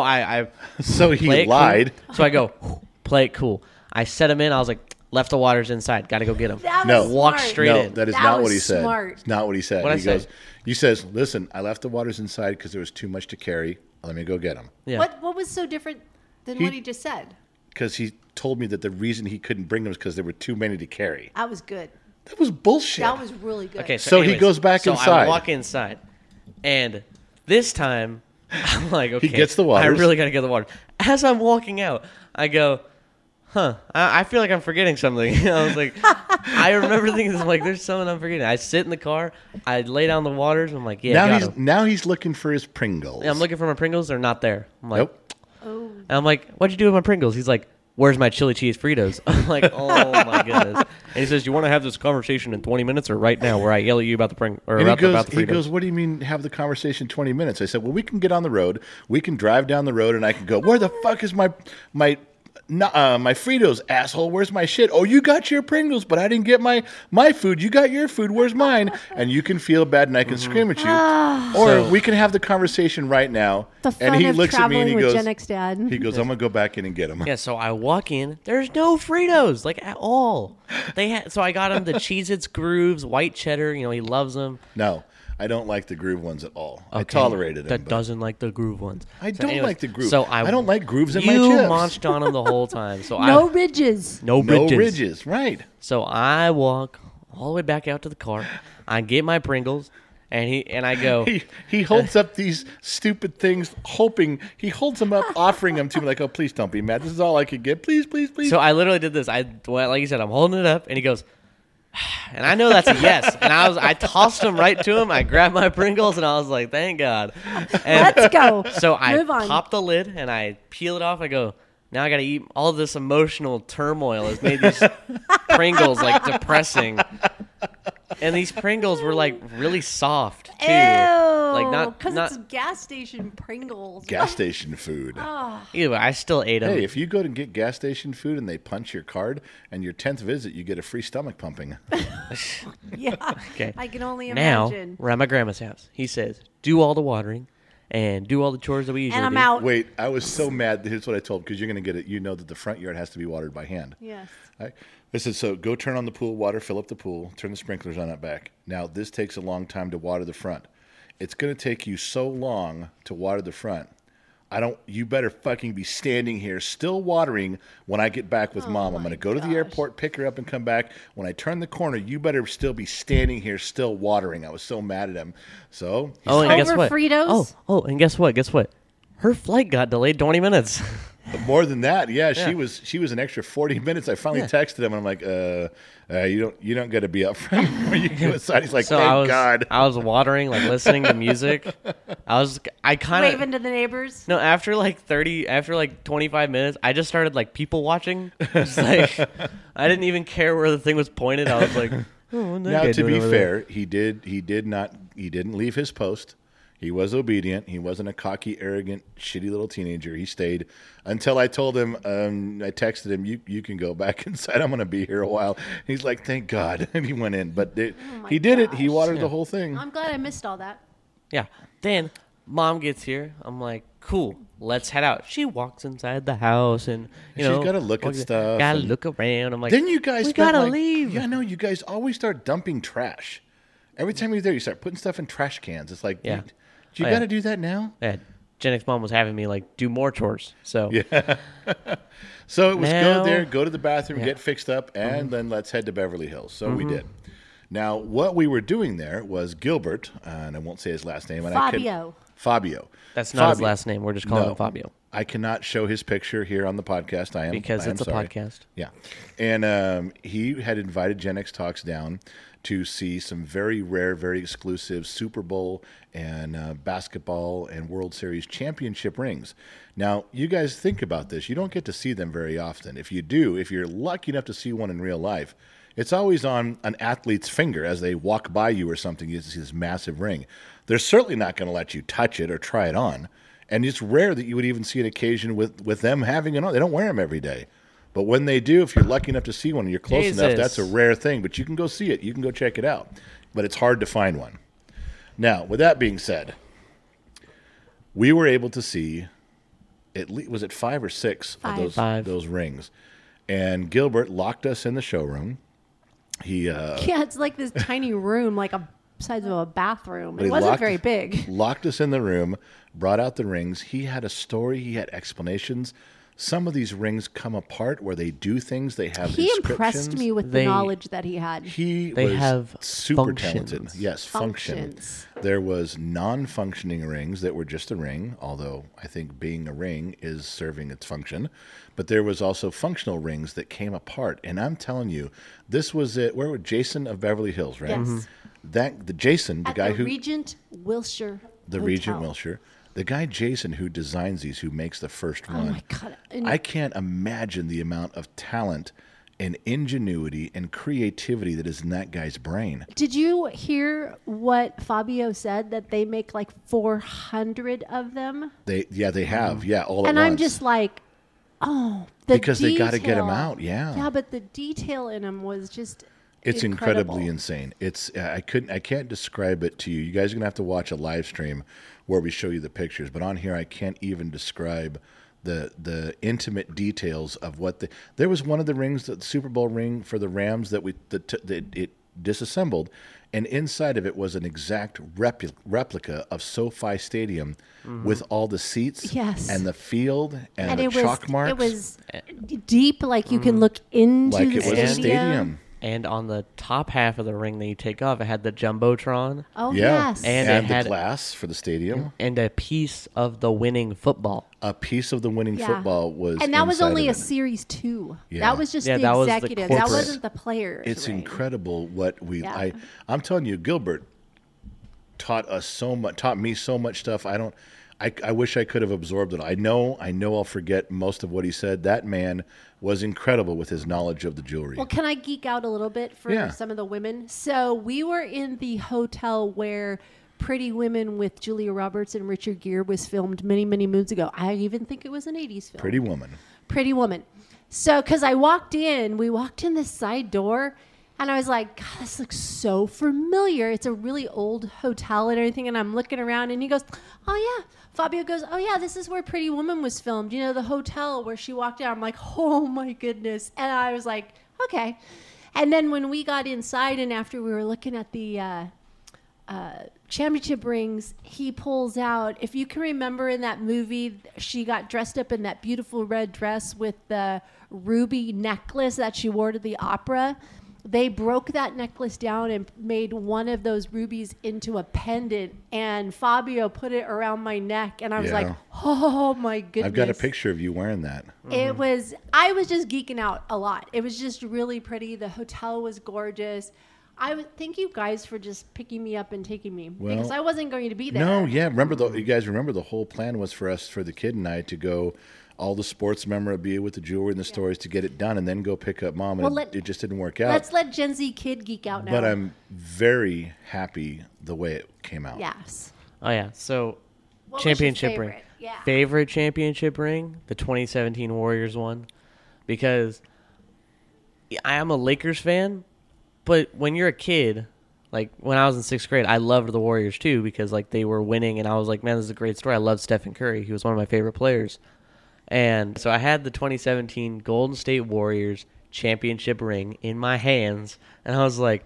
I, I So he play it cool. lied. So I go, play it cool. I set them in. I was like, left the waters inside. Got to go get them. That No. was Walk smart. straight no, in. that is That not was what he said. smart. It's not what he said. What'd he I say? goes, "You says, listen, I left the waters inside because there was too much to carry. Let me go get them." Yeah. What what was so different than He- what he just said? Because he told me that the reason he couldn't bring them is because there were too many to carry. That was good. That was bullshit. That was really good. Okay, so, So he anyways, goes back so inside. I walk inside, and this time I'm like, okay, gets the I waters. really gotta get the water. As I'm walking out, I go, huh? I, I feel like I'm forgetting something. I was like, I remember things I'm like there's something I'm forgetting. I sit in the car, I lay down the waters. I'm like, yeah, now got he's 'em. now he's looking for his Pringles. I'm looking for my Pringles. They're not there. I'm like, Nope. Oh, and I'm like, what'd you do with my Pringles? He's like. Where's my chili cheese Fritos? I'm like, oh my goodness! And he says, "You want to have this conversation in 20 minutes or right now, where I yell at you about the Pring or And he about, the, about goes, the Fritos?" he goes, what do you mean have the conversation 20 minutes? I said, well, we can get on the road. We can drive down the road and I can go, where the fuck is my, my, n- uh, my Fritos, asshole? Where's my shit? Oh, you got your Pringles, but I didn't get my, my food. You got your food. Where's mine? And you can feel bad and I can scream at you. or Mm-hmm. So- we can have the conversation right now. Ah. the fun and he of looks at me traveling and he with goes, Gen X Dad. he goes, I'm going to go back in and get them. Yeah, so I walk in. There's no Fritos, like at all. They had so I got him the Cheez-Its Grooves, white cheddar. You know he loves them. No, I don't like the groove ones at all. I tolerated That them. but- doesn't like the groove ones. I So don't anyways, like the groove. So I, I don't like grooves in my You chips. munched on them the whole time. So no I ridges. no No ridges. ridges, right. So I walk all the way back out to the car. I get my Pringles, and he and I go. he he holds up these stupid things, hoping he holds them up, offering them to me like, "Oh, please don't be mad. This is all I could get. Please, please, please." So I literally did this. I well, like you said, I'm holding it up, and he goes, and I know that's a yes. And I was, I tossed him right to him. I grabbed my Pringles, and I was like, thank God. And Let's go. so I Move on. pop the lid and I peel it off. I go, now I got to eat all this emotional turmoil has made these Pringles like depressing. And these Pringles were like really soft too. Like not because not it's gas station Pringles. gas station food. Oh. either. way, I still ate them. Hey, if you go to get gas station food and they punch your card and your tenth visit, you get a free stomach pumping. Oh. yeah. Okay. I can only now imagine. we're at my grandma's house. He says, "Do all the watering, and do all the chores that we usually and I'm do." out. Wait, I was so mad. Here's what I told because you're going to get it. You know that the front yard has to be watered by hand. Yes. I, I said, so go turn on the pool water, fill up the pool, turn the sprinklers on out back. Now, this takes a long time to water the front. It's going to take you so long to water the front. I don't, you better fucking be standing here still watering when I get back with mom. I'm going to go to the airport, pick her up, and come back. When I turn the corner, you better still be standing here still watering. I was so mad at him. So, he's Oh, and like, guess Over what? Fritos? Oh, oh, and guess what? Guess what? Her flight got delayed 20 minutes. more than that, yeah, Yeah. she was, she was an extra 40 minutes. I finally texted him and I'm like, uh, uh you don't, you don't got to be up front when you go inside. He's like, So thank I was, God. I was watering, like listening to music. I was, I kind Waving of. to the neighbors. No, after like 30, after like 25 minutes, I just started like people watching. Just, like, I didn't even care where the thing was pointed. I was like, oh, what that Now, guy to doing be over there? fair, he did. He did not. He didn't leave his post. He was obedient. He wasn't a cocky, arrogant, shitty little teenager. He stayed until I told him. Um, I texted him, "You you can go back inside. I'm going to be here a while." He's like, "Thank God," and he went in. But it, Oh my he did it. He gosh. watered the whole thing. I'm glad I missed all that. Yeah. Then mom gets here. I'm like, cool, let's head out. She walks inside the house and you She's know gotta look at walks- stuff Gotta and- look around. I'm like, Then you guys we spent, gotta like- leave. Yeah, I know. You guys always start dumping trash. Every time you're there, you start putting stuff in trash cans. It's like, Yeah. you- do you Oh, yeah. got to do that now? Yeah, Gen X mom was having me like do more chores. So yeah, So it was Now- go there, go to the bathroom, Yeah. Mm-hmm. get fixed up, and then let's head to Beverly Hills. So we did. Now, what we were doing there was Gilbert, uh, and I won't say his last name. And I could, Fabio. Fabio. that's not his Fabio. last name. We're just calling him Fabio. I cannot show his picture here on the podcast. I am Because I am it's a sorry. podcast. Yeah, and um, he had invited Gen X Talks down to see some very rare, very exclusive Super Bowl and uh, basketball and World Series championship rings. Now, you guys think about this. You don't get to see them very often. If you do, if you're lucky enough to see one in real life, It's always on an athlete's finger as they walk by you or something. You see this massive ring. They're certainly not going to let you touch it or try it on. And it's rare that you would even see an occasion with, with them having it on. They don't wear them every day. But when they do, if you're lucky enough to see one and you're close enough, Jesus. that's a rare thing. But you can go see it. You can go check it out. But it's hard to find one. Now, with that being said, we were able to see at least was it five or six Five. of those Five. those rings, and Gilbert locked us in the showroom. He uh, Yeah, it's like this tiny room, like a size of a bathroom. but It he wasn't locked- very big. Locked us in the room, brought out the rings. He had a story. He had explanations. Some of these rings come apart where they do things. They have He impressed inscriptions. me with They- the knowledge that he had. He They was have super talented. functions. Yes, function. Functions. There was non-functioning rings that were just a ring, although I think being a ring is serving its function. But there was also functional rings that came apart, and I'm telling you, this was it. Where was Jason of Beverly Hills, right? Mm-hmm. Yes. Mhm. That the Jason, the At guy the who Regent Wilshire. the Hotel. Regent Wilshire, the guy Jason who designs these, who makes the first Oh one. my god! And I can't imagine the amount of talent and ingenuity and creativity that is in that guy's brain. Did you hear what Fabio said? That they make like 400 of them, They yeah, they have. Yeah, all Mm-hmm. and at I'm once. just like, oh, the Because they gotta get 'em detail. out, yeah. Yeah, but the detail in them was just. it's incredible. incredibly insane. It's uh, I couldn't I can't describe it to you. You guys are going to have to watch a live stream where we show you the pictures, but on here I can't even describe the the intimate details of what the There was one of the rings, the Super Bowl ring for the Rams that we that, t- that it disassembled and inside of it was an exact repli- replica of SoFi Stadium with all the seats Yes. and the field and, and the it was chalk marks Mm-hmm. it was d- deep, like you can look into like it the was stadium. a stadium. And on the top half of the ring that you take off, it had the jumbotron Oh Yeah. yes, And, And it the had- glass for the stadium. and a piece of the winning football. A piece of the winning Yeah. football was and that was inside only a of it. series two. Yeah. That was just Yeah, the that was the executives. that corporate. wasn't the players. It's right? incredible what we Yeah. I I'm telling you Gilbert taught us so much taught me so much stuff. I don't I, I wish I could have absorbed it. I know I know I'll forget most of what he said. That man was incredible with his knowledge of the jewelry. Well, can I geek out a little bit for Yeah. some of the women? So we were in the hotel where Pretty Women with Julia Roberts and Richard Gere was filmed many, many moons ago. I even think it was an 80s film. Pretty woman. Pretty Woman. So, because I walked in, we walked in this side door, and I was like, God, this looks so familiar. It's a really old hotel and everything. And I'm looking around, and he goes, Oh, yeah. Fabio goes, Oh, yeah, this is where Pretty Woman was filmed. You know, the hotel where she walked in. I'm like, Oh, my goodness. And I was like, Okay. And then when we got inside, and after we were looking at the, uh, championship rings he pulls out if you can remember in that movie she got dressed up in that beautiful red dress with the ruby necklace that she wore to the opera they broke that necklace down and made one of those rubies into a pendant and fabio put it around my neck and i was Yeah. like oh my goodness I've got a picture of you wearing that. it was I was just geeking out a lot. It was just really pretty. The hotel was gorgeous. I would thank you guys for just picking me up and taking me Well, because I wasn't going to be there. Mm. No, yeah. Remember the you guys remember the whole plan was for us for the kid and I to go all the sports memorabilia with the jewelry and the stories to get it done and then go pick up mom and Well, it- let- it just didn't work out. Let's let Gen Z kid geek out now. But I'm very happy the way it came out. yes. Oh yeah, so What was your championship ring. favorite? Yeah. Favorite championship ring, the 2017 Warriors one, because I am a Lakers fan, but when you're a kid, like when I was in sixth grade, I loved the Warriors too because like they were winning, and I was like, man, this is a great story. I love Stephen Curry; he was one of my favorite players, and so I had the 2017 Golden State Warriors championship ring in my hands, and I was like,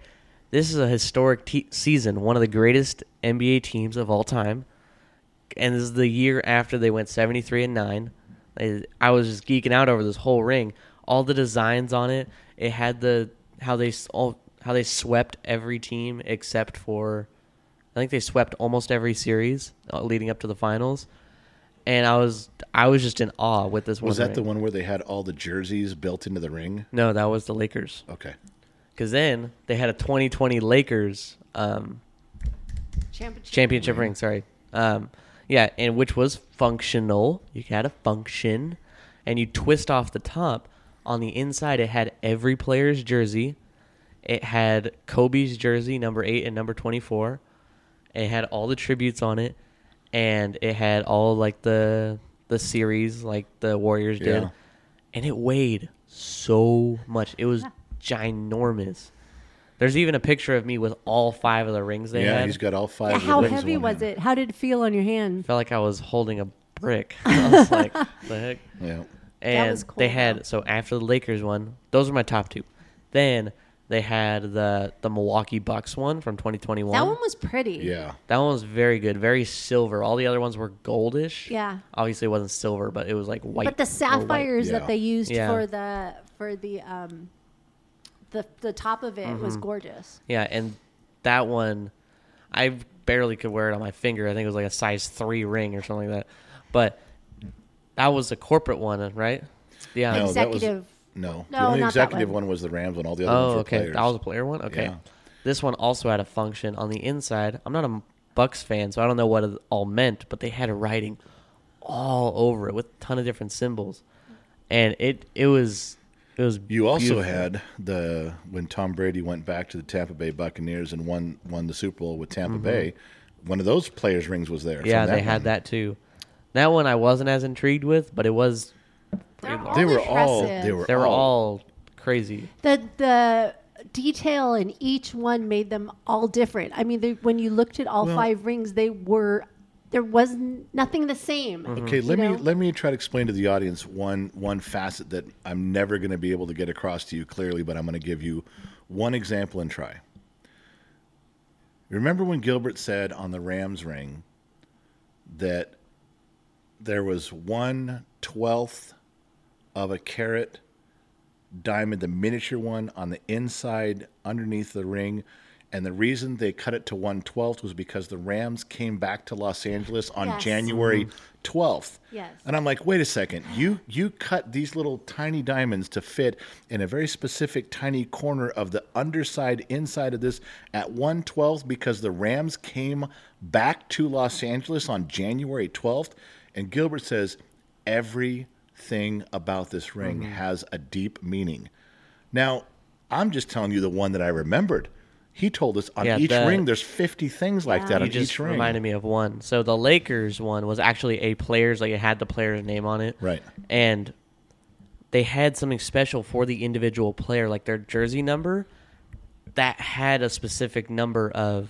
this is a historic te- season, one of the greatest NBA teams of all time and this is the year after they went 73 and 9 I- i was just geeking out over this whole ring all the designs on it it had the how they s- all how they swept every team except for i think they swept almost every series uh, leading up to the finals and i was i was just in awe with this one Was that the ring. one where they had all the jerseys built into the ring? no that was the lakers Okay. because then they had a 2020 lakers um, Championship. championship ring. Sorry. Um, yeah, and which was functional. You had a function, and you twist off the top. On the inside, it had every player's jersey. It had Kobe's jersey, number eight and number twenty-four. It had all the tributes on it, and it had all like the the series like the Warriors did, Yeah. and it weighed so much. It was ginormous. There's even a picture of me with all five of the rings they yeah, had. he's got all five. Yeah, of the how rings heavy in was one it? How did it feel on your hand? felt like I was holding a brick. I was like, the heck. hand. And was cool, they had though. so after the Lakers one, those are my top two. Then they had the the Milwaukee Bucks one from 2021. That one was pretty. Yeah, yeah. That one was very good, very silver. All the other ones were goldish. Yeah. Obviously, it wasn't silver, but it was like white. But the or white. sapphires Yeah. that they used Yeah. for the for the um the the top of it Mm-hmm. was gorgeous. Yeah, and that one, I barely could wear it on my finger. I think it was like a size three ring or something like that. But that was the corporate one, uh, right? Yeah. No, that was- Executive. No, the No, only not that executive one. one was the Rams, and all the other ones Oh, were okay. players. That was a player one. Okay. Yeah. This one also had a function on the inside. I'm not a Bucks fan, so I don't know what it all meant, but they had a writing all over it with a ton of different symbols, and it it was it was. You also beautiful. had the when Tom Brady went back to the Tampa Bay Buccaneers and won won the Super Bowl with Tampa Bay. One of those players' rings was there. from Mm-hmm. yeah, they one. had that too. That one I wasn't as intrigued with, but it was They're all They were all impressive. they were they were all, all crazy. the the detail in each one made them all different. I mean, they, when you looked at all Well- five rings, they were there was n- nothing the same. Mm-hmm. Okay, let you me know? let me try to explain to the audience one one facet that I'm never going to be able to get across to you clearly, but I'm going to give you one example and try. Remember when Gilbert said on the Rams ring that there was one twelfth of a carat diamond, the miniature one on the inside underneath the ring. And the reason they cut it to 112th was because the Rams came back to Los Angeles on Yes. January Mm-hmm. 12th. Yes. And I'm like, wait a second, you you cut these little tiny diamonds to fit in a very specific tiny corner of the underside inside of this at 112th because the Rams came back to Los Angeles on January 12th. And Gilbert says, everything about this ring Mm-hmm. has a deep meaning. Now, I'm just telling you the one that I remembered. He told us on Yeah, each the- ring, there's 50 things like that You on just each ring. reminded me of one. So the Lakers one was actually a player's, like it had the player's name on it. Right. And they had something special for the individual player, like their jersey number that had a specific number of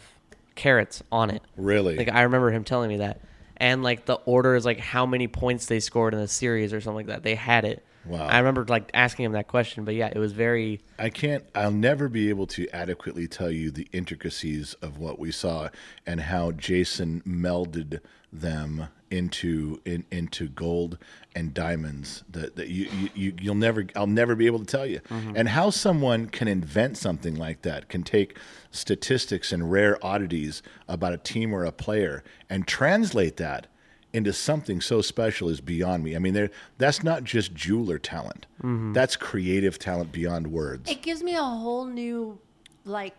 carats on it. Really? Like I remember him telling me that. And like the order is like how many points they scored in a series or something like that. They had it. Wow. I remember like asking him that question, but yeah, it was very I can't. I'll never be able to adequately tell you the intricacies of what we saw and how Jason melded them into in, into gold and diamonds that, that you, you- you you'll never I'll never be able to tell you and how someone can invent something like that can take statistics and rare oddities about a team or a player and translate that into something so special is beyond me. I mean, there that's not just jeweler talent. That's creative talent beyond words. It gives me a whole new like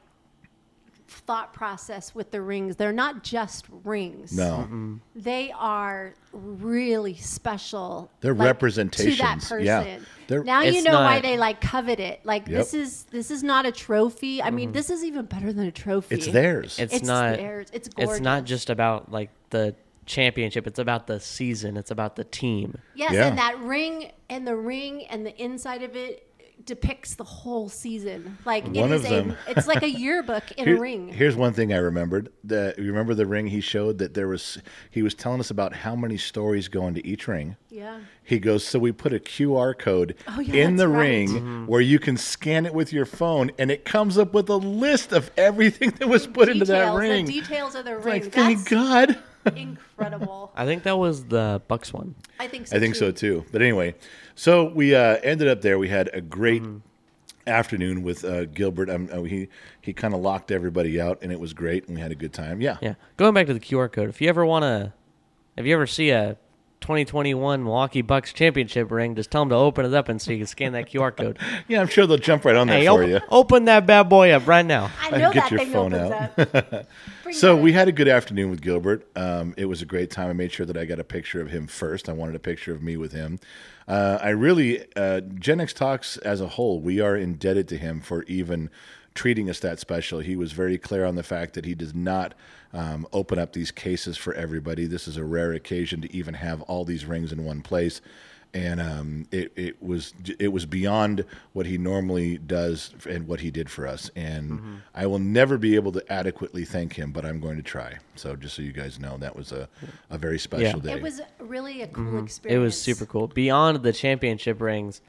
thought process with the rings. They're not just rings. no, They are really special. They're to that representations. person. Yeah. They're- now you It's know why not- they like covet it. Like Yep. this is this is not a trophy. I Mm-hmm. mean, this is even better than a trophy. it's theirs. it's, It's not theirs. It's it's not gorgeous. just about like the championship it's about the season it's about the team Yes, Yeah. and that ring and the ring and the inside of it depicts the whole season. Like One it of is them- a it's like a yearbook in Here- a ring. Here's one thing I remembered. The you remember the ring he showed that there was he was telling us about how many stories go into each ring. Yeah. He goes, so we put a QR code Oh, yeah, in the that's right. ring where you can scan it with your phone, and it comes up with a list of everything that was put into that Details, ring. The details of the ring. like, thank That's God. incredible. i think that was the bucks one I think so. I think too. so too. But anyway, so we uh, ended up there. We had a great afternoon with uh, Gilbert. Um, uh, he he kind of locked everybody out, and it was great, and we had a good time. Yeah, yeah going back to the qr code if you ever want to if you ever see a 2021 milwaukee bucks championship ring just tell them to open it up and so you can scan that qr code Yeah, I'm sure they'll jump right on there hey for open, you. open that bad boy up right now I know get that your thing phone opens out. up. So we had a good afternoon with Gilbert. Um, it was a great time. I made sure that I got a picture of him first. I wanted a picture of me with him. Uh, I really, uh, Gen X Talks as a whole, we are indebted to him for even treating us that special. He was very clear on the fact that he does not um, open up these cases for everybody. This is a rare occasion to even have all these rings in one place. And um, it, it was it was beyond what he normally does and what he did for us. And Mm-hmm. I will never be able to adequately thank him, but I'm going to try. So just so you guys know, that was a, a very special day. It was really a cool Mm-hmm. experience. It was super cool. Beyond the championship rings,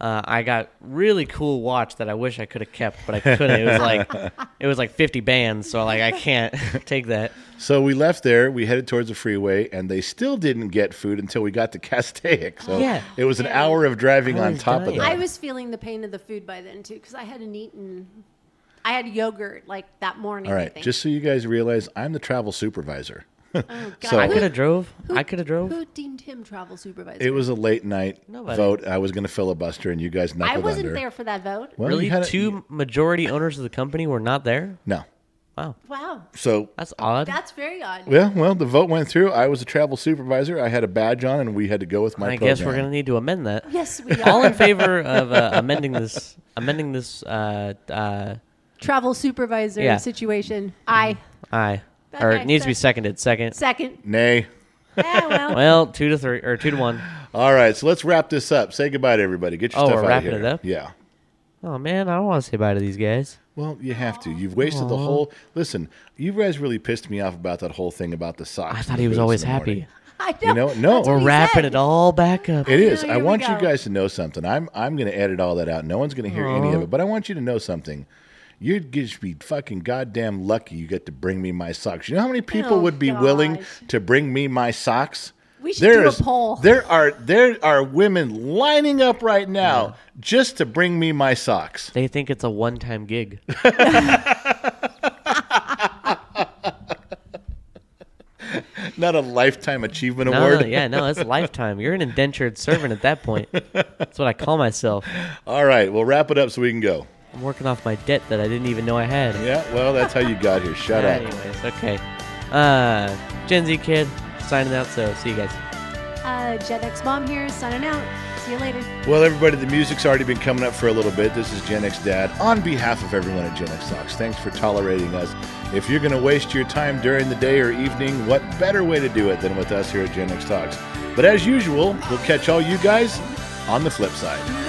uh, I got really cool watch that I wish I could have kept, but I couldn't. It was like it was like 50 bands, so like I can't take that. So we left there, we headed towards the freeway, and they still didn't get food until we got to Castaic. So Yeah. it was an hour of driving I on was top dying. of that. Oh, I was feeling the pain of the food by then too because I hadn't eaten. I had yogurt like that morning. All I right, think. just so you guys realize, I'm the travel supervisor. Oh, God. so- I Who- could have drove. Who- I could have drove. Who deemed him travel supervisor? It was a late night Nobody. vote. I was going to filibuster, and you guys knuckled I wasn't under. there for that vote. Well, you really, had a- two majority owners of the company were not there. No. Wow, Wow, So that's odd. that's very odd. yeah, well, the vote went through. I was a travel supervisor. I had a badge on, and we had to go with my. I guess we're program. gonna need to amend that. Yes, we All are in favor of uh, amending this amending this uh, uh, travel supervisor Yeah. situation. I aye or Okay, it needs to be so- seconded. Second. second. Nay. Ah, well, Well, two to three or two to one. All right, so let's wrap this up. Say goodbye to everybody. Get your Oh, stuff we're out of wrapping here. it up? Yeah. Oh man, I don't want to say bye to these guys. Well, you have to. You've wasted the whole. Listen, you guys really pissed me off about that whole thing about the socks. I and thought the he was boots in always the happy. morning. I know. You know, no, That's what We're he Wrapping said. it all back up. It is. Here I we want you go. guys to know something. I'm I'm going to edit all that out. No one's going to hear any of it, but I want you to know something. You'd just be fucking goddamn lucky you get to bring me my socks. You know how many people Oh, would be willing gosh. to bring me my socks? We should do a poll. There are there are women lining up right now just to bring me my socks. They think it's a one-time gig. Not a lifetime achievement No, award. no, yeah, no, it's lifetime. You're an indentured servant at that point. That's what I call myself. All right, we'll wrap it up so we can go. I'm working off my debt that I didn't even know I had. Yeah, well, that's how you got here. Shut up. Anyways, okay. Uh, Gen Z kid signing out. So see you guys. Uh, Gen X mom here, signing out. See you later. Well, everybody, the music's already been coming up for a little bit. This is Gen X Dad. On behalf of everyone at Gen X Socks, thanks for tolerating us. If you're going to waste your time during the day or evening, what better way to do it than with us here at Gen X Talks? But as usual, we'll catch all you guys on the flip side.